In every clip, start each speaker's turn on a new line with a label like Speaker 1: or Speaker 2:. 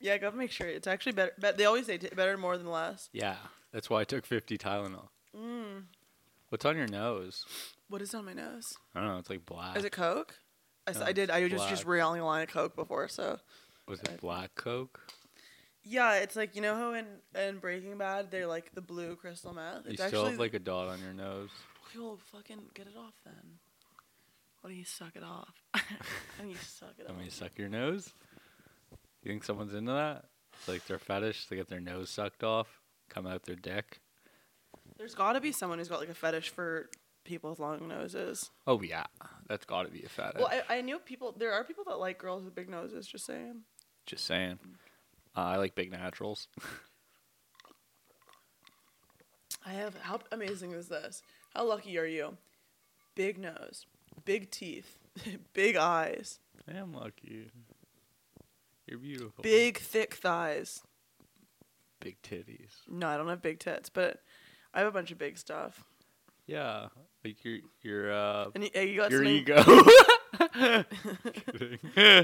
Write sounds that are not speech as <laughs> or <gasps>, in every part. Speaker 1: Yeah, I gotta make sure it's actually better. But they always say t- better more than less.
Speaker 2: Yeah, that's why I took 50 Tylenol.
Speaker 1: Mm.
Speaker 2: What's on your nose?
Speaker 1: What is on my nose?
Speaker 2: I don't know. It's like black.
Speaker 1: Is it Coke? I, s-
Speaker 2: No,
Speaker 1: I did. I was
Speaker 2: it's
Speaker 1: just
Speaker 2: black.
Speaker 1: reeling a line of Coke before, so
Speaker 2: Was
Speaker 1: uh,
Speaker 2: it black Coke?
Speaker 1: yeah, it's like you know how in, in Breaking Bad they're like the blue crystal meth.
Speaker 2: you
Speaker 1: It's
Speaker 2: still
Speaker 1: actually
Speaker 2: have like a dot on your nose.
Speaker 1: we will fucking get it off then. Why don't you suck it off? <laughs> I mean, you suck
Speaker 2: <laughs>
Speaker 1: it
Speaker 2: Let
Speaker 1: off.
Speaker 2: me suck your nose. You think someone's into that? It's like their fetish. They get their nose sucked off, come out their dick.
Speaker 1: There's got to be someone who's got like a fetish for people with long noses.
Speaker 2: Oh yeah, that's got to be a fetish.
Speaker 1: Well, I, I knew people. There are people that like girls with big noses. Just saying.
Speaker 2: Just saying. Uh, I like big naturals. <laughs>
Speaker 1: I have. How amazing is this? How lucky are you? Big nose, big teeth, <laughs> big eyes,
Speaker 2: I am lucky. You're beautiful.
Speaker 1: big thick thighs.
Speaker 2: big titties.
Speaker 1: No, I don't have big tits, but I have a bunch of big stuff.
Speaker 2: Yeah, like your your uh
Speaker 1: And you, you got
Speaker 2: your
Speaker 1: something. <laughs>
Speaker 2: ego.
Speaker 1: You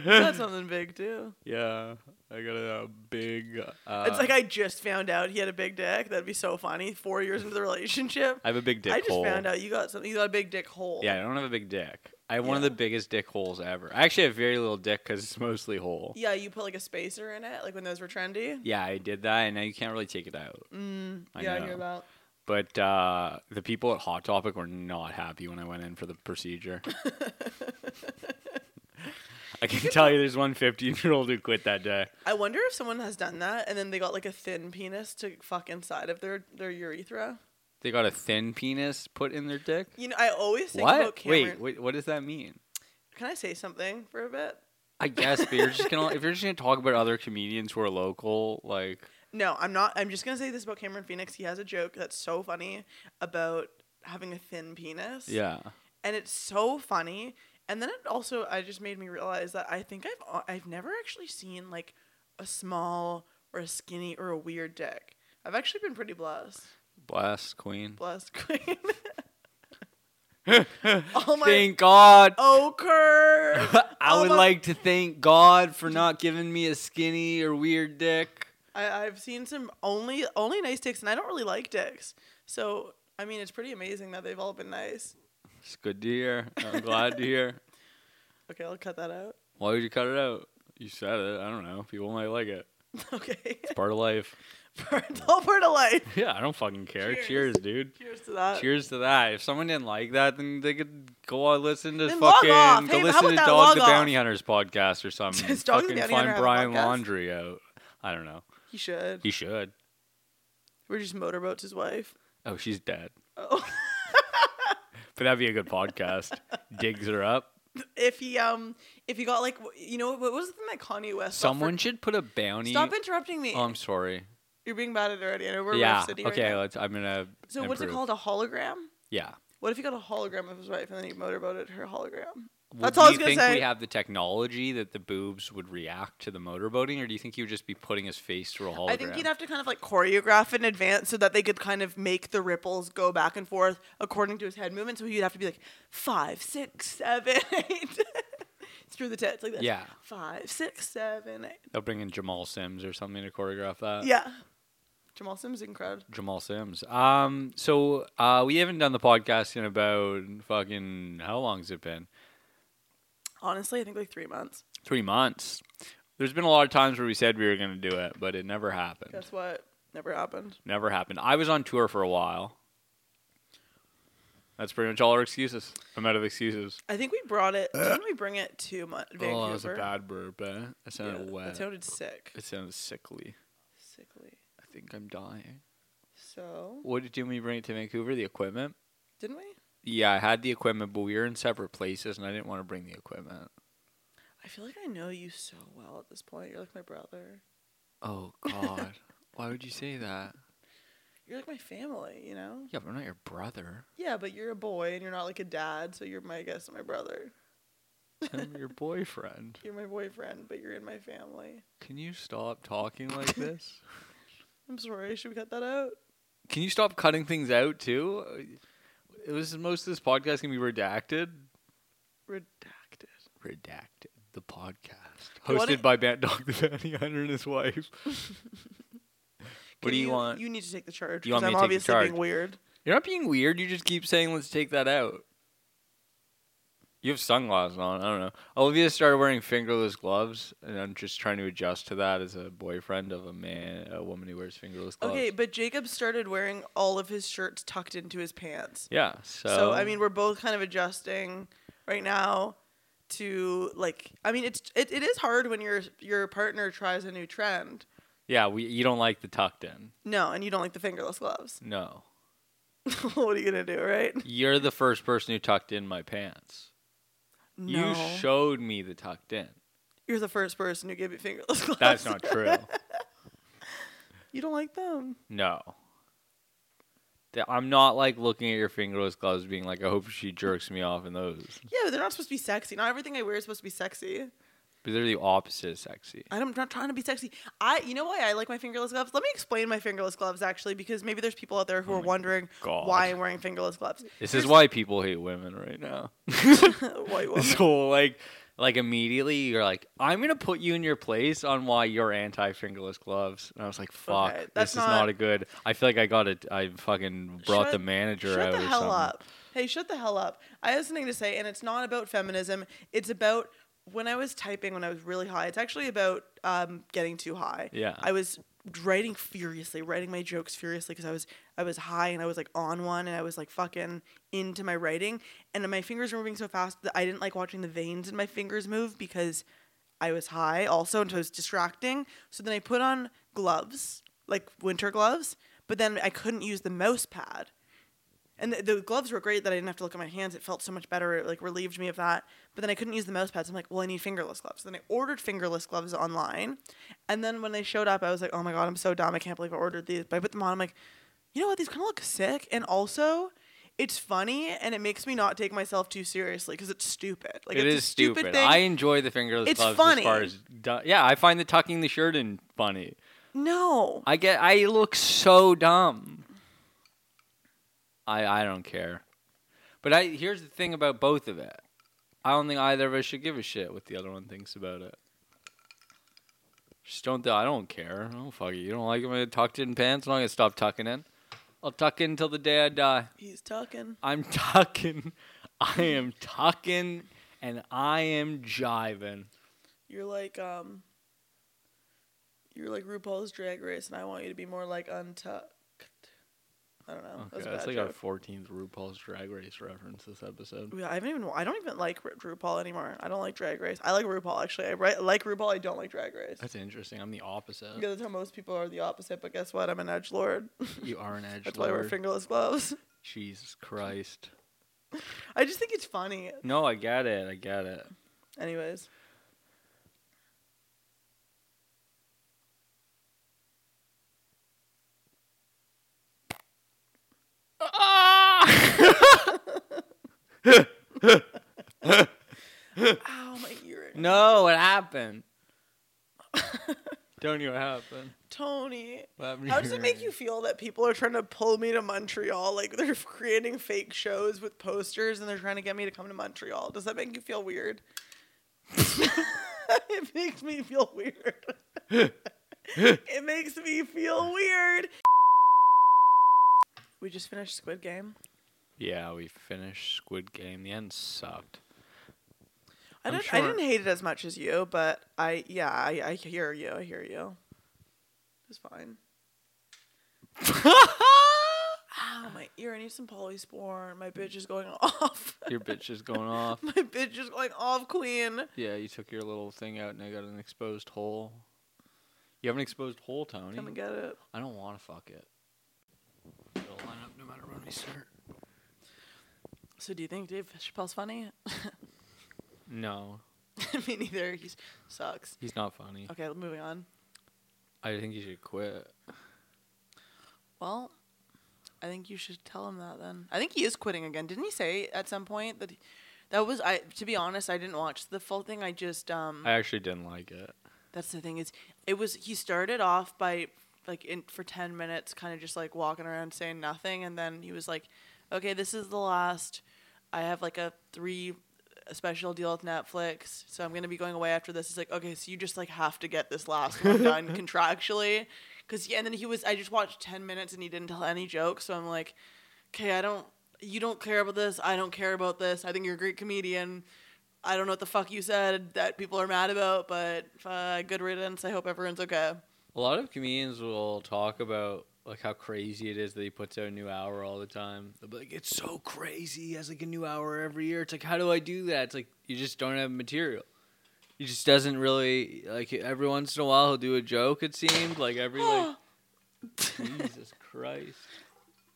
Speaker 1: got something big
Speaker 2: <laughs>
Speaker 1: too.
Speaker 2: yeah, I got a big. Uh,
Speaker 1: it's like I just found out he had a big dick. That'd be so funny. Four years into the relationship,
Speaker 2: I have a big <laughs> dick
Speaker 1: I just
Speaker 2: hole.
Speaker 1: found out you got something. You got a big dick hole.
Speaker 2: Yeah, I don't have a big dick. I have one of
Speaker 1: Yeah.
Speaker 2: the biggest dick holes ever. I actually have very little dick because it's mostly hole.
Speaker 1: Yeah, you put like a spacer in it, like when those were trendy.
Speaker 2: Yeah, I did that, and now you can't really take it out.
Speaker 1: Mm,
Speaker 2: I
Speaker 1: yeah, I
Speaker 2: know.
Speaker 1: hear about.
Speaker 2: But uh, the people at Hot Topic were not happy when I went in for the
Speaker 1: <laughs>
Speaker 2: procedure. I can tell you there's one 15 year old who quit that day.
Speaker 1: I wonder if someone has done that and then they got like a thin penis to fuck inside of their, their urethra.
Speaker 2: They got a thin penis put in their dick?
Speaker 1: You know, I always think about
Speaker 2: What?
Speaker 1: Cameron.
Speaker 2: Wait, wait, what does that mean?
Speaker 1: Can I say something for a bit?
Speaker 2: I guess, but you're just gonna if you're just gonna talk about other comedians who are local,
Speaker 1: <laughs>
Speaker 2: like
Speaker 1: No, I'm not. I'm just gonna say this about Cameron Phoenix. He has a joke that's so funny about having a thin penis.
Speaker 2: yeah,
Speaker 1: and it's so funny. And then it also, I just made me realize that I think I've al- I've never actually seen like a small or a skinny or a weird dick. I've actually been pretty blessed. <laughs>
Speaker 2: bless Queen.
Speaker 1: Blessed
Speaker 2: <laughs>
Speaker 1: queen.
Speaker 2: thank
Speaker 1: All Oh my
Speaker 2: God.
Speaker 1: ochre.
Speaker 2: <laughs> I
Speaker 1: all
Speaker 2: would
Speaker 1: my-
Speaker 2: like to thank God for not giving me a skinny or weird dick.
Speaker 1: I, I've seen some only only nice dicks, and I don't really like dicks. So I mean, it's pretty amazing that they've all been nice.
Speaker 2: It's good to hear. I'm glad
Speaker 1: <laughs>
Speaker 2: to hear.
Speaker 1: Okay, I'll cut that out. <laughs>
Speaker 2: Why would you cut it out? You said it. I don't know. People might like it.
Speaker 1: Okay, <laughs>
Speaker 2: It's part of life. <laughs>
Speaker 1: it's all <laughs> part of life.
Speaker 2: Yeah, I don't fucking care. Cheers,
Speaker 1: Cheers.
Speaker 2: dude.
Speaker 1: Cheers to that.
Speaker 2: Cheers to that. If someone didn't like that, then they could go out listen to
Speaker 1: Then log
Speaker 2: fucking
Speaker 1: off.
Speaker 2: go
Speaker 1: Hey, how
Speaker 2: listen
Speaker 1: about
Speaker 2: to
Speaker 1: that
Speaker 2: Dog
Speaker 1: log
Speaker 2: the
Speaker 1: off?
Speaker 2: Bounty Hunters podcast
Speaker 1: <laughs>
Speaker 2: or something.
Speaker 1: Does Dog the
Speaker 2: fucking
Speaker 1: Bounty
Speaker 2: find
Speaker 1: Hunter have a
Speaker 2: Brian
Speaker 1: podcast?
Speaker 2: Laundry out. I don't know.
Speaker 1: He should.
Speaker 2: He should.
Speaker 1: We're just motorboats his wife.
Speaker 2: Oh, she's dead.
Speaker 1: Oh. <laughs>
Speaker 2: But that'd be a good podcast. Digs her up.
Speaker 1: if he um if he got like w- you know what was the thing that Kanye West got for-
Speaker 2: Someone should put a bounty.
Speaker 1: stop interrupting me
Speaker 2: Oh, I'm sorry.
Speaker 1: you're being bad at it already I know we're
Speaker 2: yeah.
Speaker 1: rough city
Speaker 2: Okay.
Speaker 1: right now.
Speaker 2: let's, I'm gonna.
Speaker 1: so what's it
Speaker 2: improve.
Speaker 1: called a hologram
Speaker 2: Yeah.
Speaker 1: what if he got a hologram of his wife and then he motorboated her hologram
Speaker 2: Well,
Speaker 1: That's all I was
Speaker 2: do you
Speaker 1: gonna
Speaker 2: think we
Speaker 1: say.
Speaker 2: have the technology that the boobs would react to the motorboating, or do you think he would just be putting his face through a hologram?
Speaker 1: I think he'd have to kind of like choreograph in advance so that they could kind of make the ripples go back and forth according to his head movement so he'd have to be like five six seven <laughs> eight through the tits like this
Speaker 2: Yeah.
Speaker 1: five six seven eight
Speaker 2: They'll bring in Jamal Sims or something to choreograph that.
Speaker 1: yeah Jamal Sims is incredible
Speaker 2: Jamal Sims. Um, so uh, we haven't done the podcast in about fucking how long's it been?
Speaker 1: honestly I think like three months
Speaker 2: Three months. There's been a lot of times where we said we were going to do it, but it never happened.
Speaker 1: Guess what? Never happened.
Speaker 2: Never happened. I was on tour for a while. That's pretty much all our excuses. I'm out of excuses.
Speaker 1: I think we brought it. Didn't we bring it to Mon- Vancouver?
Speaker 2: Oh, that was a bad burp. Eh? That
Speaker 1: Yeah,
Speaker 2: sounded wet.
Speaker 1: That sounded sick.
Speaker 2: it sounded sickly.
Speaker 1: Sickly.
Speaker 2: I think I'm dying.
Speaker 1: So
Speaker 2: What did you mean bring it to Vancouver? The equipment?
Speaker 1: didn't we?
Speaker 2: Yeah, I had the equipment, but we were in separate places, and I didn't want to bring the equipment.
Speaker 1: I feel like I know you so well at this point. You're like my brother.
Speaker 2: Oh God! Why would you say that?
Speaker 1: You're like my family. You know.
Speaker 2: Yeah, but I'm not your brother.
Speaker 1: Yeah, but you're a boy and you're not like a dad, so you're my I guess my brother.
Speaker 2: I'm your boyfriend.
Speaker 1: You're my boyfriend, but you're in my family.
Speaker 2: Can you stop talking
Speaker 1: <laughs>
Speaker 2: like this?
Speaker 1: I'm sorry. Should we cut that out?
Speaker 2: Can you stop cutting things out too? It was most of this podcast can be redacted.
Speaker 1: Redacted.
Speaker 2: Redacted the podcast.
Speaker 1: You wanna-
Speaker 2: Hosted by Bat Dog the Bounty Hunter and
Speaker 1: <laughs>
Speaker 2: his wife. what
Speaker 1: Can
Speaker 2: do you, want?
Speaker 1: You need to take the charge.
Speaker 2: You want
Speaker 1: 'cause
Speaker 2: me
Speaker 1: I'm
Speaker 2: to take the
Speaker 1: obviously being
Speaker 2: charge?
Speaker 1: weird.
Speaker 2: You're not being weird. You just keep saying, let's take that out. You have sunglasses on. I don't know. Olivia started wearing fingerless gloves, and I'm just trying to adjust to that as a boyfriend of a man, a woman who wears fingerless gloves.
Speaker 1: Okay, but Jacob started wearing all of his shirts tucked into his pants.
Speaker 2: Yeah. So,
Speaker 1: So I mean, we're both kind of adjusting right now to like. I mean, it's it, it is hard when your your partner tries a new trend.
Speaker 2: yeah, we you don't like the tucked in.
Speaker 1: No, and you don't like the fingerless gloves. <laughs>
Speaker 2: No,
Speaker 1: what are you gonna do, right?
Speaker 2: you're the first person who tucked in my pants.
Speaker 1: No,
Speaker 2: You showed me the tucked in.
Speaker 1: you're the first person who gave me fingerless gloves.
Speaker 2: That's not
Speaker 1: <laughs>
Speaker 2: true.
Speaker 1: You don't like them.
Speaker 2: No. Th- I'm not like looking at your fingerless gloves, being like, I hope she jerks me off in those.
Speaker 1: Yeah, but they're not supposed to be sexy. Not everything I wear is supposed to be sexy.
Speaker 2: But they're the opposite of sexy.
Speaker 1: I'm not trying to be sexy. I, you know why I like my fingerless gloves? Let me explain my fingerless gloves actually, because maybe there's people out there who
Speaker 2: Oh
Speaker 1: are
Speaker 2: my
Speaker 1: wondering
Speaker 2: God.
Speaker 1: why I'm wearing fingerless gloves.
Speaker 2: This is
Speaker 1: Here's-
Speaker 2: why people hate women right now.
Speaker 1: <laughs>
Speaker 2: <laughs>
Speaker 1: White woman.
Speaker 2: this whole like, like immediately you're like, I'm gonna put you in your place on why you're anti fingerless gloves. And I was like, fuck,
Speaker 1: Okay, that's
Speaker 2: this is
Speaker 1: not-
Speaker 2: not a good. I feel like I got it. I fucking brought
Speaker 1: Shut-
Speaker 2: the manager
Speaker 1: Shut
Speaker 2: out
Speaker 1: the
Speaker 2: or
Speaker 1: hell
Speaker 2: something.
Speaker 1: up. Hey, shut the hell up. I have something to say, and it's not about feminism. It's about when I was typing when I was really high. It's actually about um, getting too high.
Speaker 2: Yeah.
Speaker 1: I was writing furiously, writing my jokes furiously because I was I was high and I was like on one and I was like fucking into my writing and my fingers were moving so fast that I didn't like watching the veins in my fingers move because I was high also and so it was distracting. So then I put on gloves, like winter gloves, but then I couldn't use the mouse pad. And the, the gloves were great that I didn't have to look at my hands. It felt so much better. It like relieved me of that. But then I couldn't use the mouse pads. I'm like, well, I need fingerless gloves. Then I ordered fingerless gloves online. And then when they showed up, I was like, oh my God, I'm so dumb. I can't believe I ordered these. But I put them on. I'm like, you know what? These kind of look sick. And also, it's funny and it makes me not take myself too seriously because it's stupid. Like,
Speaker 2: it
Speaker 1: it's
Speaker 2: is
Speaker 1: a stupid,
Speaker 2: stupid.
Speaker 1: thing.
Speaker 2: I enjoy the fingerless
Speaker 1: It's
Speaker 2: gloves as far
Speaker 1: funny.
Speaker 2: as du- yeah, I find the tucking the shirt in funny.
Speaker 1: no.
Speaker 2: I get I look so dumb. I I don't care. But I here's the thing about both of it. I don't think either of us should give a shit what the other one thinks about it. Just don't. th- I don't care. Oh fuck it. You don't like my tucked in pants? I'm not gonna stop tucking in. I'll tuck in till the day I die.
Speaker 1: He's talking.
Speaker 2: I'm <laughs> tucking. I am tucking, and I am jiving.
Speaker 1: You're like, um, you're like RuPaul's Drag Race, and I want you to be more like untucked. I don't know. that
Speaker 2: Okay,
Speaker 1: was a
Speaker 2: that's
Speaker 1: bad
Speaker 2: like
Speaker 1: joke.
Speaker 2: our 14th RuPaul's Drag Race reference this episode.
Speaker 1: Yeah, I haven't even. I don't even like Ru- RuPaul anymore. I don't like Drag Race. I like RuPaul actually. I ri- like RuPaul. I don't like Drag Race.
Speaker 2: That's interesting. I'm the opposite.
Speaker 1: Because that's how most people are the opposite. But guess what? I'm an edge lord.
Speaker 2: You are an Uh, edge
Speaker 1: That's why I wear
Speaker 2: lord.
Speaker 1: fingerless gloves. <laughs>
Speaker 2: Jesus Christ.
Speaker 1: I just think it's funny.
Speaker 2: No, I get it. I get it.
Speaker 1: Anyways,
Speaker 2: Ah!
Speaker 1: ow, my ear.
Speaker 2: <laughs> no, what happened? <laughs> Don't you what happened?
Speaker 1: Tony.
Speaker 2: What happened to
Speaker 1: How
Speaker 2: your
Speaker 1: does it make
Speaker 2: earring?
Speaker 1: you feel that people are trying to pull me to Montreal? Like they're <laughs> creating fake shows with posters and they're trying to get me to come to Montreal. Does that make you feel weird? <laughs> it makes me feel weird.
Speaker 2: <laughs>
Speaker 1: it makes me feel weird. We just finished Squid Game.
Speaker 2: Yeah, we finished Squid Game. The end <laughs> sucked.
Speaker 1: I
Speaker 2: I'm
Speaker 1: didn't, I
Speaker 2: sure-
Speaker 1: didn't hate it as much as you, but I yeah, I, I hear you. I hear you. It's fine. Ow, Oh, my ear. I need some polysporin. My bitch is going <laughs> off.
Speaker 2: Your bitch is going off.
Speaker 1: My bitch is going off, queen.
Speaker 2: <laughs> Yeah, you took your little thing out and I got an exposed hole. You have an exposed hole, Tony.
Speaker 1: Come and get it.
Speaker 2: I don't want to fuck it. It'll line up no matter when we start.
Speaker 1: So, do you think Dave Chappelle's funny? <laughs>
Speaker 2: No,
Speaker 1: Me neither. He sucks.
Speaker 2: he's not funny.
Speaker 1: Okay, moving on.
Speaker 2: I think you should quit.
Speaker 1: Well, I think you should tell him that then. I think he is quitting again. Didn't he say at some point that he, that was I? To be honest, I didn't watch the full thing. I just um.
Speaker 2: I actually didn't like it.
Speaker 1: That's the thing is, it was he started off by like in for ten minutes, kind of just like walking around saying nothing, and then he was like, "Okay, this is the last. I have like a three a special deal with Netflix, so I'm gonna be going away after this. He's like, okay, so you just like have to get this last one done contractually, because yeah. And then he was, I just watched ten minutes and he didn't tell any jokes, so I'm like, okay, I don't, you don't care about this, I don't care about this. I think you're a great comedian. I don't know what the fuck you said that people are mad about, but uh, good riddance. I hope everyone's okay.
Speaker 2: A lot of comedians will talk about like how crazy it is that he puts out a new hour all the time. They'll be like, "It's so crazy. He has like a new hour every year." It's like, how do I do that? It's like you just don't have material. He just doesn't really like. Every once in a while, he'll do a joke. It seemed like
Speaker 1: <gasps>
Speaker 2: every like Jesus Christ.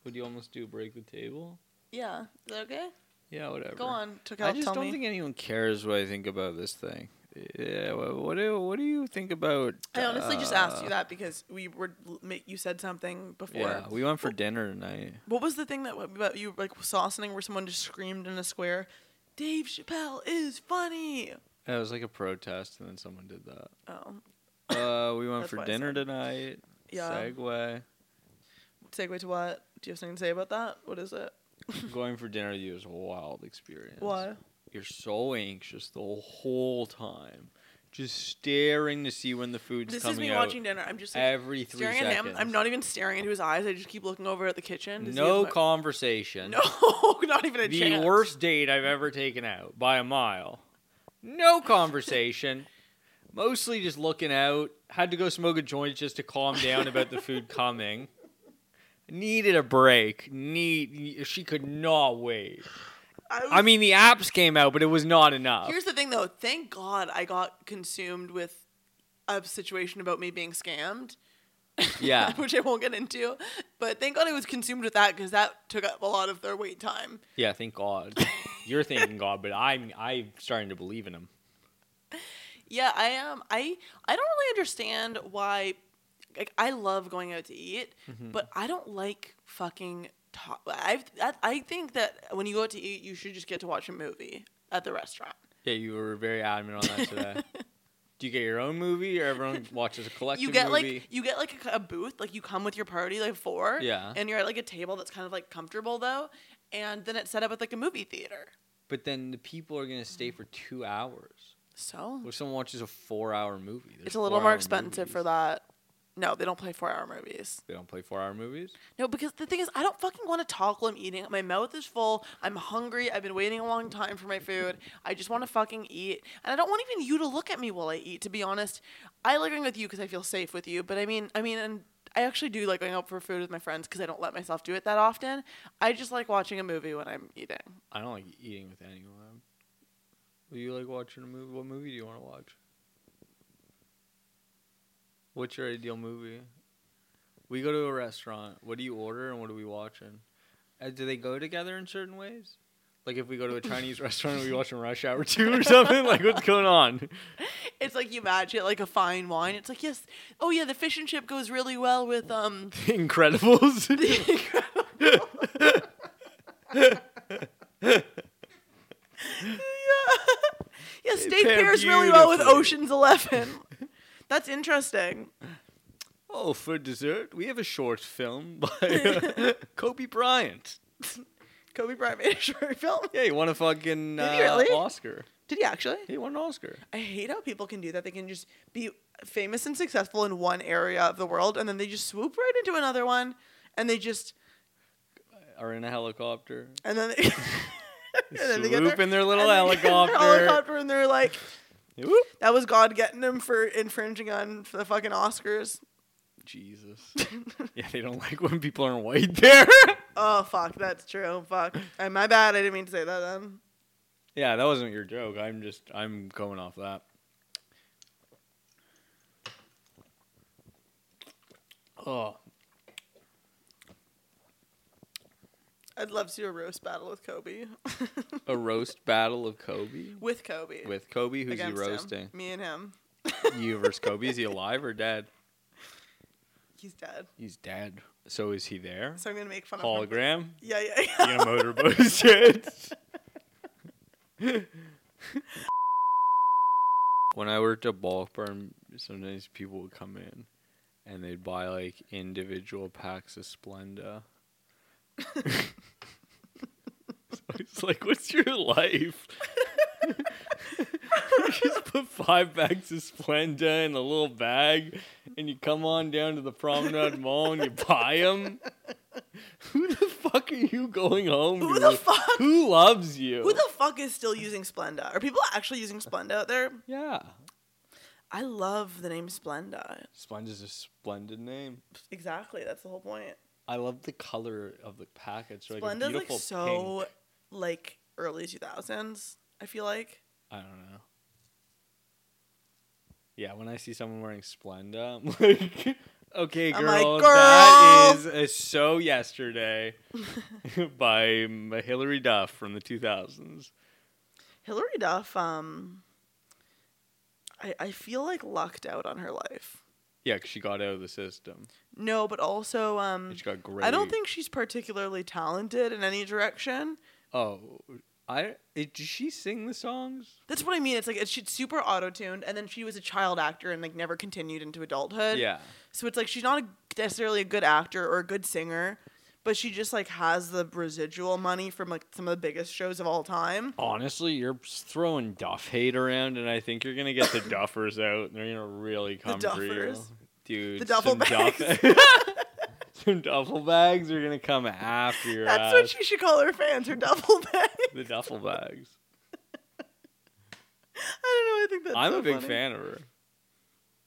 Speaker 2: Would you almost do break the table?
Speaker 1: yeah, is that okay?
Speaker 2: Yeah, whatever.
Speaker 1: Go on, took
Speaker 2: I
Speaker 1: out.
Speaker 2: just
Speaker 1: Tell
Speaker 2: don't
Speaker 1: me.
Speaker 2: think anyone cares what I think about this thing. Yeah, wha- what do what do you think about?
Speaker 1: I honestly just
Speaker 2: uh,
Speaker 1: asked you that because we were you said something before.
Speaker 2: Yeah, we went for dinner tonight.
Speaker 1: What was the thing that about you like saw something where someone just screamed in a square, "Dave Chappelle is funny."
Speaker 2: It was like a protest, and then someone
Speaker 1: <coughs>
Speaker 2: did that.
Speaker 1: Oh,
Speaker 2: Uh, we went
Speaker 1: That's
Speaker 2: for
Speaker 1: why I
Speaker 2: dinner
Speaker 1: said-
Speaker 2: tonight.
Speaker 1: Yeah. <laughs>
Speaker 2: Segway.
Speaker 1: segue to what? Do you have something to say about that? What is it?
Speaker 2: Going for dinner with you is a wild experience.
Speaker 1: Why?
Speaker 2: You're so anxious the whole time, just staring to see when the food's
Speaker 1: This is me
Speaker 2: coming out.
Speaker 1: watching dinner. I'm just like,
Speaker 2: every three
Speaker 1: staring
Speaker 2: seconds.
Speaker 1: at him. I'm not even staring into his eyes. I just keep looking over at the kitchen. to see
Speaker 2: no
Speaker 1: if my-
Speaker 2: <laughs> conversation.
Speaker 1: no, <laughs> not even a
Speaker 2: <laughs> the
Speaker 1: chance.
Speaker 2: worst date I've ever taken out by a mile. No conversation. <laughs> Mostly just looking out. Had to go smoke a joint just to calm down about the <laughs> food coming. Needed a break. Need she could not wait.
Speaker 1: I was
Speaker 2: I mean, uh, the apps came out, but it was not enough.
Speaker 1: Here's the thing, though. Thank God I got consumed with a situation about me being scammed.
Speaker 2: <laughs> Yeah.
Speaker 1: <laughs> which I won't get into. But thank God I was consumed with that because that took up a lot of their wait time.
Speaker 2: Yeah, thank God. You're thanking God, but I'm I'm starting to believe in him.
Speaker 1: Yeah, I am. I I don't really understand why. Like, I love going out to eat,
Speaker 2: Mm-hmm.
Speaker 1: but I don't like fucking. Talk. I've, I I think that when you go out to eat, you should just get to watch a movie at the restaurant.
Speaker 2: Yeah, you were very adamant on that <laughs> today. Do you get your own movie, or everyone watches a collective
Speaker 1: you get
Speaker 2: movie?
Speaker 1: like you get like a, a booth like you come with your party like four
Speaker 2: Yeah.
Speaker 1: and you're at like a table that's kind of like comfortable though and then it's set up with like a movie theater
Speaker 2: But then the people are going to stay for two hours.
Speaker 1: so
Speaker 2: What if someone watches a four-hour movie? There's
Speaker 1: it's a little more
Speaker 2: four-hour
Speaker 1: expensive for
Speaker 2: movies.
Speaker 1: that no they don't play four hour movies
Speaker 2: They don't play four-hour movies.
Speaker 1: no because the thing is i don't fucking want to talk while i'm eating my mouth is full i'm hungry i've been waiting a long time for my food i just want to fucking eat and i don't want even you to look at me while i eat to be honest i like going with you because i feel safe with you but i mean i mean and I actually do like going out for food with my friends because I don't let myself do it that often. I just like watching a movie when I'm eating. <laughs>
Speaker 2: I don't like eating with anyone. Do you like watching a movie? What movie do you want to watch? What's your ideal movie? We go to a restaurant. What do you order and what are we watching? Uh, do they go together in certain ways? Like if we go to
Speaker 1: <laughs>
Speaker 2: a Chinese restaurant, are we watching Rush Hour Two or something? Like what's going on?
Speaker 1: <laughs> It's like you match it like a fine wine. It's like yes, oh yeah, the fish and chip goes really well with um. <laughs>
Speaker 2: Incredibles.
Speaker 1: yeah, <laughs> steak
Speaker 2: pair
Speaker 1: pairs really well with
Speaker 2: beautifully.
Speaker 1: Ocean's Eleven. <laughs> That's interesting. <laughs>
Speaker 2: Oh, for dessert, we have a short film
Speaker 1: <laughs>
Speaker 2: by Kobe Bryant.
Speaker 1: Kobe Bryant made a short <laughs> film.
Speaker 2: Yeah, he won a fucking
Speaker 1: Did
Speaker 2: uh,
Speaker 1: he really?
Speaker 2: Oscar.
Speaker 1: Did he actually?
Speaker 2: He won an Oscar.
Speaker 1: I hate how people can do that. They can just be famous and successful in one area of the world, and then they just swoop right into another one, and they just
Speaker 2: Or in a helicopter.
Speaker 1: and then they, <laughs> and then they get
Speaker 2: Swoop
Speaker 1: their-
Speaker 2: in their little
Speaker 1: and they get in their <laughs>
Speaker 2: helicopter.
Speaker 1: helicopter, and they're like,
Speaker 2: Whoop.
Speaker 1: that was God getting him for infringing on the fucking Oscars. <laughs>
Speaker 2: Jesus. yeah, they don't like when people aren't white there. <laughs>
Speaker 1: Oh fuck, that's true. Fuck, Uh, my bad. I didn't mean to say that. Then
Speaker 2: yeah, that wasn't your joke. I'm just I'm going off that. Oh,
Speaker 1: I'd love to do a roast battle with Kobe. <laughs>
Speaker 2: a roast battle of Kobe
Speaker 1: with Kobe.
Speaker 2: with Kobe. Who's he
Speaker 1: Against him. <laughs>
Speaker 2: roasting?
Speaker 1: Me and him.
Speaker 2: you versus Kobe. Is he alive or dead?
Speaker 1: He's dead.
Speaker 2: He's dead. So is he there?
Speaker 1: So I'm gonna make fun of him.
Speaker 2: Hologram?
Speaker 1: Yeah, yeah,
Speaker 2: You
Speaker 1: yeah. <laughs>
Speaker 2: gonna motorboat his jets? <laughs> when I worked at Bulk Barn, sometimes people would come in and they'd buy like individual packs of Splenda. <laughs> so it's like, what's your life? <laughs> you just put five bags of Splenda in a little bag, and you come on down to the Promenade Mall and you buy them. Who the fuck are you going home
Speaker 1: Who
Speaker 2: to?
Speaker 1: the fuck?
Speaker 2: Who loves you?
Speaker 1: Who the fuck is still using Splenda? Are people actually using Splenda out there?
Speaker 2: yeah.
Speaker 1: I love the name Splenda.
Speaker 2: Splenda's a splendid name.
Speaker 1: Exactly, that's the whole point.
Speaker 2: I love the color of the package. So like a
Speaker 1: Splenda's like
Speaker 2: beautiful
Speaker 1: so
Speaker 2: pink.
Speaker 1: like early 2000s, I feel like.
Speaker 2: I don't know. Yeah, when I see someone wearing Splenda, I'm <laughs> like, okay,
Speaker 1: I'm
Speaker 2: girl,
Speaker 1: like,
Speaker 2: that is
Speaker 1: "Girl!"
Speaker 2: a So Yesterday <laughs> by um, Hilary Duff from the 2000s.
Speaker 1: Hilary Duff um I I feel like lucked out on her life.
Speaker 2: Yeah, 'cause she got out of the system.
Speaker 1: No, but also um
Speaker 2: And she got great.
Speaker 1: I don't think she's particularly talented in any direction.
Speaker 2: Oh, I it, did she sing the songs?
Speaker 1: That's what I mean. It's like it's, she's super auto-tuned and then she was a child actor and like never continued into adulthood.
Speaker 2: Yeah.
Speaker 1: So it's like she's not a, necessarily a good actor or a good singer, but she just like has the residual money from like some of the biggest shows of all time.
Speaker 2: Honestly, you're throwing Duff hate around, and I think you're gonna get the Duffers out. and They're gonna really come for you,
Speaker 1: Duffers?
Speaker 2: dude.
Speaker 1: The duffel
Speaker 2: some Duff- <laughs> some duffel bags are gonna come after your
Speaker 1: That's
Speaker 2: ass.
Speaker 1: what she should call her fans, her double <laughs> bag.
Speaker 2: the duffel bags.
Speaker 1: I don't know. I think that's.
Speaker 2: I'm
Speaker 1: so
Speaker 2: a big
Speaker 1: funny.
Speaker 2: fan of her.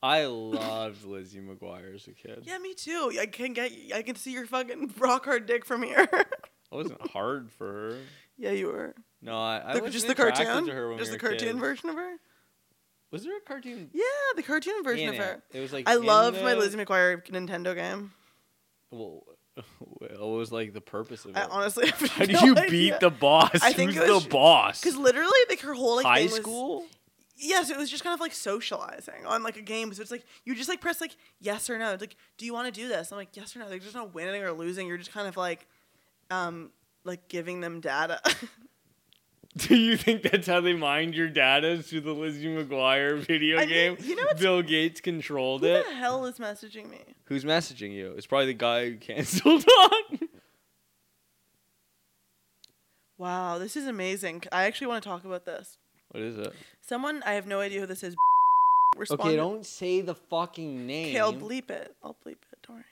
Speaker 2: I loved Lizzie McGuire as a kid.
Speaker 1: Yeah, me too. I can get. I can see your fucking <laughs> rock hard dick from here. <laughs>
Speaker 2: It wasn't hard for her.
Speaker 1: yeah, you were.
Speaker 2: No, I, I
Speaker 1: The-
Speaker 2: wasn't
Speaker 1: just the
Speaker 2: attracted
Speaker 1: cartoon.
Speaker 2: To her when
Speaker 1: Just
Speaker 2: we
Speaker 1: the
Speaker 2: were
Speaker 1: cartoon
Speaker 2: kids.
Speaker 1: version of her.
Speaker 2: Was there a cartoon
Speaker 1: Yeah, the cartoon version
Speaker 2: in
Speaker 1: of her.
Speaker 2: It? It was like
Speaker 1: I
Speaker 2: in
Speaker 1: loved my
Speaker 2: the-
Speaker 1: Lizzie McGuire Nintendo game.
Speaker 2: <laughs> Well, what was like the purpose of it?
Speaker 1: I honestly <laughs> have
Speaker 2: How do
Speaker 1: no
Speaker 2: you
Speaker 1: idea.
Speaker 2: beat the boss?
Speaker 1: I think
Speaker 2: Who's
Speaker 1: it was-
Speaker 2: the boss?
Speaker 1: Because literally, like her whole like
Speaker 2: High
Speaker 1: thing was-
Speaker 2: school. <laughs>
Speaker 1: Yes, it was just kind of like socializing on like a game. So it's like you just like press like yes or no. It's like, do you want to do this? I'm like yes or no. Like, there's no winning or losing. You're just kind of like, um, like giving them data. <laughs>
Speaker 2: Do you think that's how they mined your data through the Lizzie McGuire video
Speaker 1: I mean,
Speaker 2: game?
Speaker 1: you know what's-
Speaker 2: Bill Gates controlled
Speaker 1: Who
Speaker 2: it.
Speaker 1: the hell is messaging me?
Speaker 2: Who's messaging you? It's probably the guy who canceled <laughs> on.
Speaker 1: Wow, this is amazing. I actually want to talk about this.
Speaker 2: What is it?
Speaker 1: Someone I have no idea who this is. <laughs> Responded.
Speaker 2: Okay, don't say the fucking name.
Speaker 1: Okay, I'll bleep it. I'll bleep it. Don't worry.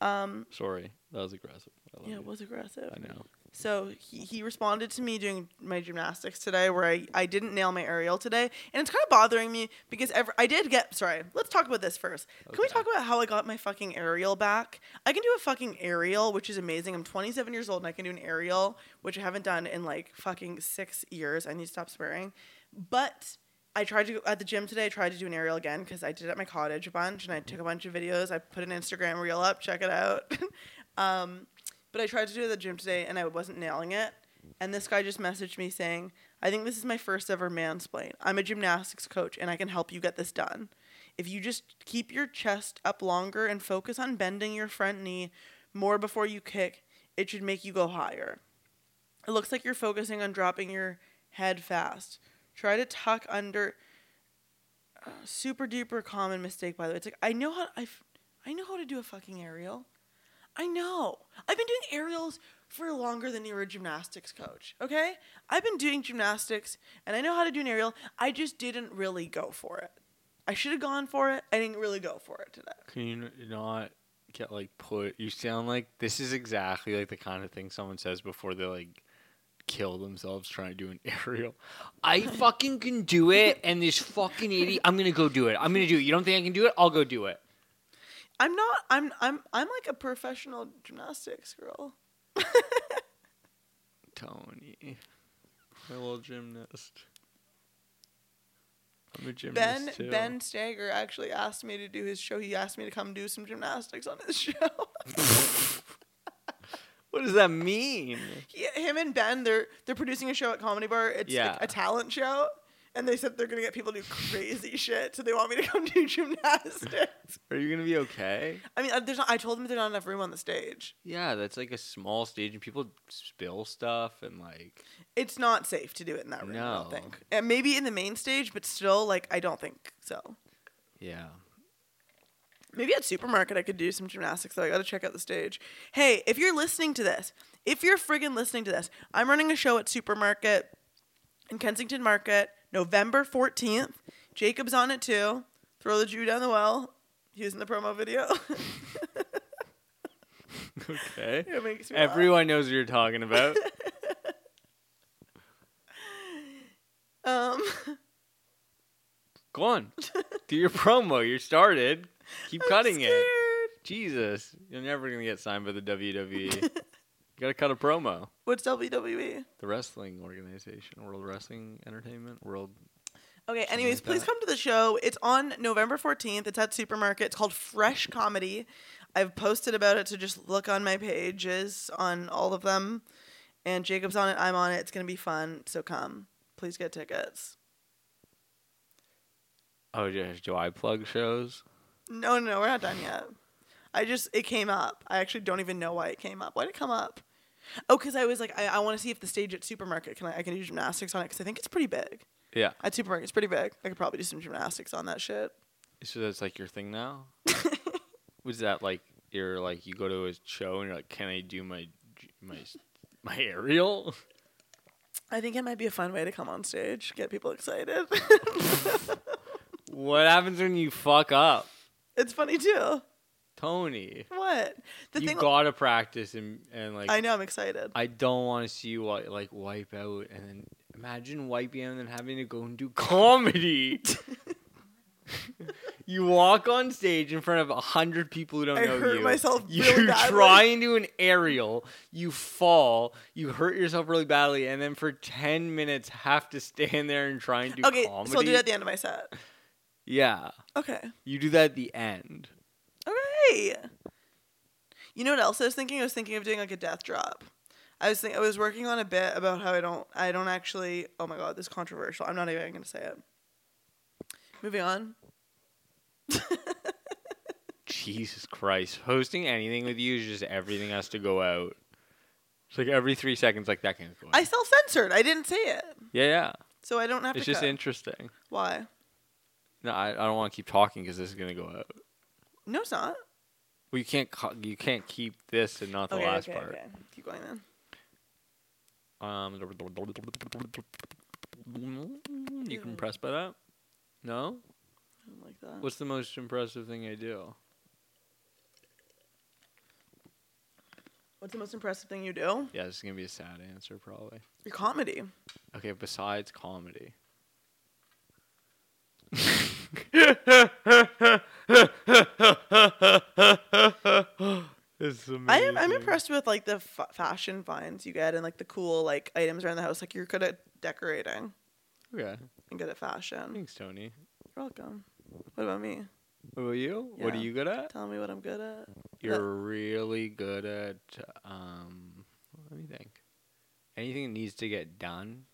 Speaker 1: Um,
Speaker 2: Sorry, that was aggressive. I love
Speaker 1: yeah, it
Speaker 2: you.
Speaker 1: was aggressive.
Speaker 2: I know.
Speaker 1: So he, he responded to me doing my gymnastics today where I, I didn't nail my aerial today. And it's kind of bothering me because ever, I did get. Sorry, let's talk about this first. Can we
Speaker 2: Okay.
Speaker 1: talk about how I got my fucking aerial back? I can do a fucking aerial, which is amazing. I'm 27 years old and I can do an aerial, which I haven't done in like fucking six years. I need to stop swearing. But. I tried to at the gym today. I tried to do an aerial again because I did it at my cottage a bunch, and I took a bunch of videos. I put an Instagram reel up. Check it out. <laughs> um, but I tried to do it at the gym today and I wasn't nailing it. And this guy just messaged me saying, I think this is my first ever mansplain. I'm a gymnastics coach and I can help you get this done. If you just keep your chest up longer and focus on bending your front knee more before you kick, it should make you go higher. It looks like you're focusing on dropping your head fast. Try to tuck under. Uh, super duper common mistake, by the way. It's like I know how I, f- I know how to do a fucking aerial. I know. I've been doing aerials for longer than you were a gymnastics coach. Okay, I've been doing gymnastics and I know how to do an aerial. I just didn't really go for it. I should have gone for it. I didn't really go for it today.
Speaker 2: Can you n- not get like put? You sound like this is exactly like the kind of thing someone says before they like kill themselves trying to do an <laughs> aerial. I fucking can do it, and this fucking idiot. I'm gonna go do it. I'm gonna do it. You don't think I can do it? I'll go do it.
Speaker 1: I'm not. I'm. I'm. I'm like a professional gymnastics girl.
Speaker 2: Tony, my little gymnast. I'm a
Speaker 1: Ben
Speaker 2: gymnast too.
Speaker 1: Ben Stager actually asked me to do his show. He asked me to come do some gymnastics on his <laughs> show.
Speaker 2: What does that mean?
Speaker 1: he, him and Ben, they're they're producing a show at Comedy Bar. It's
Speaker 2: Yeah.
Speaker 1: like a talent show, and they said they're gonna get people to do crazy <laughs> shit. So they want me to come do gymnastics.
Speaker 2: Are you gonna be okay?
Speaker 1: I mean, uh, there's not, I told them there's not enough room on the stage.
Speaker 2: Yeah, that's like a small stage, and people spill stuff, and like
Speaker 1: It's not safe to do it in that room. I
Speaker 2: No.
Speaker 1: don't think. And maybe in the main stage, but still, like I don't think so.
Speaker 2: yeah.
Speaker 1: Maybe at supermarket I could do some gymnastics though. I gotta check out the stage. Hey, if you're listening to this, if you're friggin' listening to this, I'm running a show at supermarket in Kensington Market, November 14th. Jacob's on it too. Throw the Jew down the well. He was in the promo video.
Speaker 2: <laughs>
Speaker 1: <laughs>
Speaker 2: Okay.
Speaker 1: it makes me laugh.
Speaker 2: Everyone knows what you're
Speaker 1: <laughs>
Speaker 2: talking about.
Speaker 1: Um, <laughs>
Speaker 2: Go on. Do your promo. You started. Keep
Speaker 1: I'm
Speaker 2: cutting it.
Speaker 1: scared.
Speaker 2: Jesus. You're never going to get signed by
Speaker 1: <laughs>
Speaker 2: the WWE. you got to cut a promo.
Speaker 1: What's E? WWE?
Speaker 2: The wrestling organization, World Wrestling Entertainment, World.
Speaker 1: Okay, anyways,
Speaker 2: like
Speaker 1: please
Speaker 2: that.
Speaker 1: come to the show. It's on November 14th. It's at Supermarket. It's called Fresh Comedy. I've posted about it, so just look on my pages on all of them. And Jacob's on it. I'm on it. It's going to be fun. So come. Please get tickets.
Speaker 2: Oh, yeah, do I plug shows?
Speaker 1: No, no, no, we're not done yet. I just, it came up. I actually don't even know why it came up. Why did it come up? Oh, because I was like, I, I want to see if the stage at Supermarket, can I, I can do gymnastics on it because I think it's pretty big.
Speaker 2: Yeah.
Speaker 1: At Supermarket, it's pretty big. I could probably do some gymnastics on that shit.
Speaker 2: So that's like your
Speaker 1: <laughs>
Speaker 2: thing now? Was that like you're like you go to a show and you're like, can I do my j- my s- my
Speaker 1: <laughs>
Speaker 2: aerial?
Speaker 1: I think it might be a fun way to come on stage, get people
Speaker 2: <laughs>
Speaker 1: excited.
Speaker 2: What happens when you fuck up,
Speaker 1: it's funny too.
Speaker 2: Tony?
Speaker 1: What? The
Speaker 2: you
Speaker 1: thing
Speaker 2: gotta practice and and like
Speaker 1: I
Speaker 2: I,
Speaker 1: know I'm excited.
Speaker 2: don't want to see you like, like wipe out and then imagine wiping out and then having to go and do
Speaker 1: <laughs>
Speaker 2: <laughs> comedy. you walk on stage in front of a hundred people who don't
Speaker 1: I
Speaker 2: know
Speaker 1: hurt
Speaker 2: you.
Speaker 1: myself
Speaker 2: <laughs> you
Speaker 1: really badly.
Speaker 2: try and do an aerial, you fall, you hurt yourself really badly, and then for ten minutes have to stand there and try and do
Speaker 1: okay,
Speaker 2: comedy.
Speaker 1: so I'll do it at the end of my set.
Speaker 2: yeah,
Speaker 1: Okay.
Speaker 2: you do that at the end.
Speaker 1: Okay. You know what else I was thinking? I was thinking of doing like a death drop. I was think I was working on a bit about how I don't I don't actually oh my god, this is controversial. I'm not even gonna say it. Moving on. <laughs>
Speaker 2: Jesus Christ. Hosting anything with you is just everything has to go out. It's like every three seconds, like that can't go out.
Speaker 1: I self censored. I didn't say it.
Speaker 2: yeah, yeah.
Speaker 1: So I don't have
Speaker 2: It's
Speaker 1: to
Speaker 2: just
Speaker 1: cut.
Speaker 2: interesting.
Speaker 1: Why?
Speaker 2: No, I, I don't want to keep talking because this is going to go out.
Speaker 1: No, it's not.
Speaker 2: Well, you can't, co- you can't keep this and not the
Speaker 1: okay,
Speaker 2: last
Speaker 1: okay,
Speaker 2: part.
Speaker 1: okay. Keep going then.
Speaker 2: Um, you
Speaker 1: Yeah.
Speaker 2: can impressed by that? No?
Speaker 1: I don't like that.
Speaker 2: What's the most impressive thing I do?
Speaker 1: What's the most impressive thing you do?
Speaker 2: Yeah, this is going to be a sad answer, probably.
Speaker 1: Your comedy.
Speaker 2: Okay, besides comedy. <laughs> This is
Speaker 1: I am, I'm
Speaker 2: amazing.
Speaker 1: impressed with like the fa- fashion finds you get and like the cool like items around the house. Like you're good at decorating
Speaker 2: Okay,
Speaker 1: and good at fashion.
Speaker 2: thanks, Tony.
Speaker 1: You're welcome. What about me?
Speaker 2: What about you? What are
Speaker 1: Yeah. uh,
Speaker 2: you good at?
Speaker 1: Tell me what I'm good at.
Speaker 2: You're really good at um. Let me think. Anything that needs to get done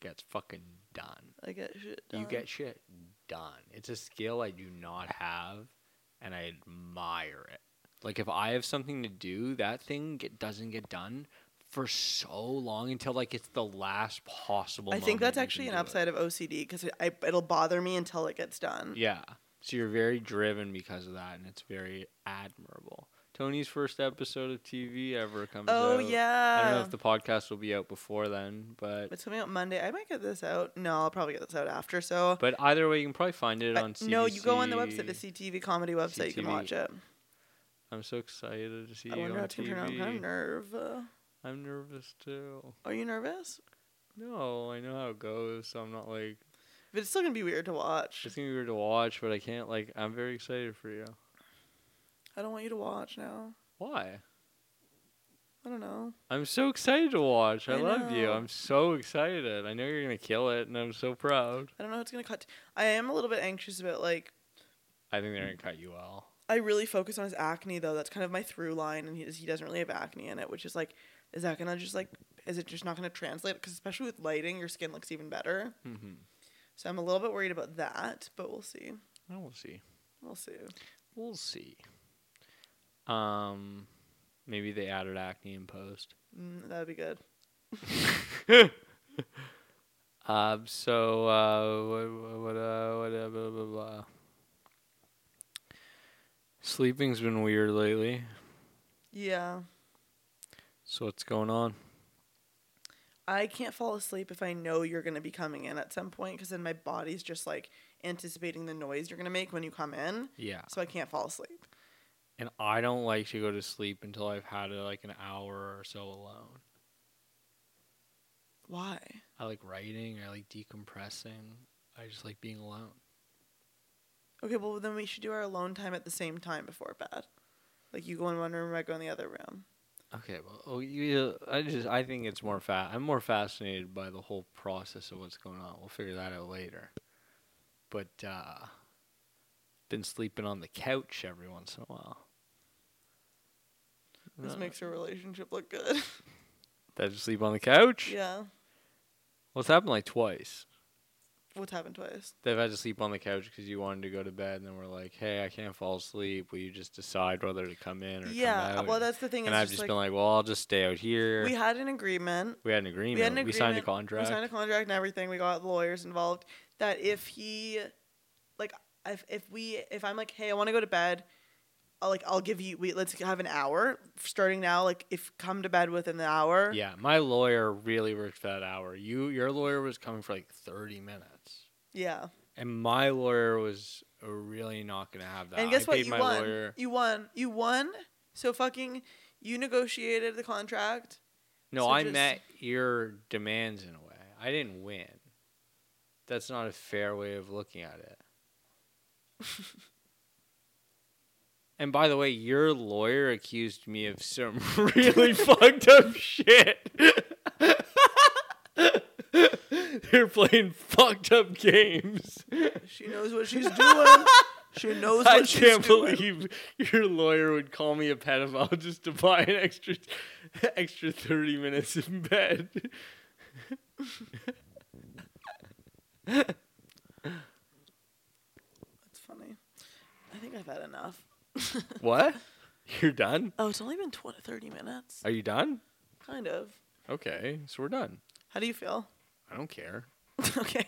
Speaker 2: gets fucking done.
Speaker 1: I get shit done.
Speaker 2: You get shit done. It's a skill I do not have, and I admire it. Like if I have something to do, that thing get, doesn't get done for so long until like it's the last possible.
Speaker 1: I think
Speaker 2: moment
Speaker 1: that's
Speaker 2: you
Speaker 1: actually
Speaker 2: can
Speaker 1: an
Speaker 2: do it.
Speaker 1: upside of OCD because it, I, it'll bother me until it gets done.
Speaker 2: Yeah. So you're very driven because of that, and it's very admirable. Tony's first episode of TV ever comes out.
Speaker 1: Oh yeah.
Speaker 2: I don't know if the podcast will be out before then, but
Speaker 1: it's coming out Monday. I might get this out. No, I'll probably get this out after. So
Speaker 2: but either way, you can probably find it
Speaker 1: I-
Speaker 2: on. CBC.
Speaker 1: no, you go on the website, the CTV comedy website. You can
Speaker 2: CTV.
Speaker 1: watch it.
Speaker 2: I'm so excited to see
Speaker 1: I
Speaker 2: you
Speaker 1: wonder
Speaker 2: on
Speaker 1: how it's gonna turn out. I'm kind of
Speaker 2: TV.
Speaker 1: nerve. Uh,
Speaker 2: I'm nervous too.
Speaker 1: are you nervous?
Speaker 2: No, I know how it goes, so I'm not like
Speaker 1: But it's still gonna be weird to watch.
Speaker 2: it's gonna be weird to watch, but I can't like I'm very excited for you.
Speaker 1: I don't want you to watch now.
Speaker 2: Why?
Speaker 1: I don't know.
Speaker 2: I'm so excited to watch. I,
Speaker 1: I
Speaker 2: love you.
Speaker 1: know.
Speaker 2: I'm so excited. I know you're gonna kill it, and I'm so proud.
Speaker 1: I don't know how it's gonna cut. I am a little bit anxious about like.
Speaker 2: I think they're gonna cut you all.
Speaker 1: I really focus on his acne though. That's kind of my through line, and he, he doesn't really have acne in it, which is like, is that gonna just like, is it just not gonna translate? Because especially with lighting, your skin looks even better.
Speaker 2: Mm-hmm.
Speaker 1: So I'm a little bit worried about that, but we'll see.
Speaker 2: Oh, We'll see.
Speaker 1: We'll see.
Speaker 2: We'll see. Um, maybe they added acne in <laughs> post.
Speaker 1: Mm, that would be good.
Speaker 2: Um. So, uh, what, what, uh, what, uh, blah, blah, blah. Sleeping's been weird lately.
Speaker 1: Yeah.
Speaker 2: So what's going on?
Speaker 1: I can't fall asleep if I know you're going to be coming in at some point because then my body's just like anticipating the noise you're going to make when you come in.
Speaker 2: Yeah.
Speaker 1: So I can't fall asleep.
Speaker 2: And I don't like to go to sleep until I've had uh, like an hour or so alone.
Speaker 1: Why?
Speaker 2: I like writing. I like decompressing. I just like being alone.
Speaker 1: Okay, well, then we should do our alone time at the same time before bed. Like you go in one room, I go in the other room.
Speaker 2: Okay, well, oh, you, I just I think it's more fat. I'm more fascinated by the whole process of what's going on. We'll figure that out later. But uh been sleeping on the couch every once in a while.
Speaker 1: This
Speaker 2: Uh,
Speaker 1: makes your relationship look good. <laughs>
Speaker 2: that you sleep on the couch?
Speaker 1: yeah.
Speaker 2: Well, it's happened like twice.
Speaker 1: What's happened twice?
Speaker 2: They've had to sleep on the couch because you wanted to go to bed, and then we're like, "Hey, I can't fall asleep. Will you just decide whether to come in or come
Speaker 1: Yeah.
Speaker 2: out?"
Speaker 1: Well, that's the thing.
Speaker 2: and
Speaker 1: it's
Speaker 2: I've just,
Speaker 1: just, like,
Speaker 2: been like, "Well, I'll just stay out here."
Speaker 1: we had an agreement
Speaker 2: We had an agreement. We,
Speaker 1: an
Speaker 2: signed a
Speaker 1: agreement. We
Speaker 2: contract.
Speaker 1: We signed a contract and everything. We got lawyers involved. That if he, like, if if we, if I'm like, hey, I want to go to bed, I'll, like, I'll give you. We let's have an hour starting now. Like, if come to bed within the hour.
Speaker 2: Yeah, my lawyer really worked that hour. You, your lawyer was coming for like thirty minutes,
Speaker 1: Yeah.
Speaker 2: and my lawyer was really not gonna have that.
Speaker 1: and guess
Speaker 2: I
Speaker 1: what?
Speaker 2: paid
Speaker 1: You
Speaker 2: my
Speaker 1: won.
Speaker 2: lawyer.
Speaker 1: You won. You won. So fucking, you negotiated the contract.
Speaker 2: No,
Speaker 1: so
Speaker 2: I
Speaker 1: just-
Speaker 2: met your demands in a way. I didn't win. That's not a fair way of looking at it. <laughs> and by the way, your lawyer accused me of some <laughs> really fucked up shit. <laughs> They're playing fucked up games.
Speaker 1: She knows what
Speaker 2: <laughs>
Speaker 1: she's doing. she knows what
Speaker 2: I
Speaker 1: she's
Speaker 2: can't
Speaker 1: doing.
Speaker 2: believe your lawyer would call me a pedophile just to buy an extra <laughs> extra 30 minutes in bed.
Speaker 1: That's funny. I think I've had enough. <laughs>
Speaker 2: What? <laughs> You're done?
Speaker 1: Oh, it's only been 20, 30 minutes.
Speaker 2: Are you done?
Speaker 1: Kind of.
Speaker 2: Okay, so we're done.
Speaker 1: How do you feel? <laughs>
Speaker 2: I don't care. <laughs>
Speaker 1: okay.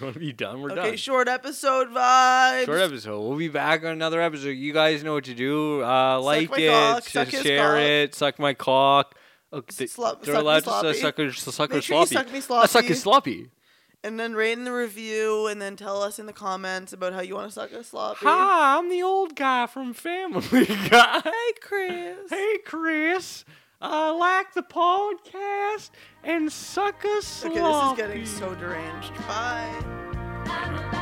Speaker 2: You want to be done? We're
Speaker 1: okay,
Speaker 2: done.
Speaker 1: short episode vibes.
Speaker 2: Short episode. We'll be back on another episode. You guys know what to do. Uh, like
Speaker 1: my
Speaker 2: it,
Speaker 1: cock,
Speaker 2: sh-
Speaker 1: suck his
Speaker 2: share
Speaker 1: cock.
Speaker 2: it, suck my cock. Okay,
Speaker 1: S- slop-
Speaker 2: they're
Speaker 1: suck me
Speaker 2: allowed to
Speaker 1: sloppy.
Speaker 2: su- suck her, su- suck
Speaker 1: Make
Speaker 2: her
Speaker 1: sure you
Speaker 2: sloppy.
Speaker 1: suck me
Speaker 2: I suck
Speaker 1: sloppy.
Speaker 2: his sloppy.
Speaker 1: And then rate in the review and then tell us in the comments about how you want to suck a sloppy.
Speaker 2: Hi, I'm the old guy from Family <laughs> Guy.
Speaker 1: Hey, Chris.
Speaker 2: Hey, Chris. I like the podcast and suck a
Speaker 1: okay,
Speaker 2: sloppy.
Speaker 1: this is getting so deranged. Bye.
Speaker 3: Bye.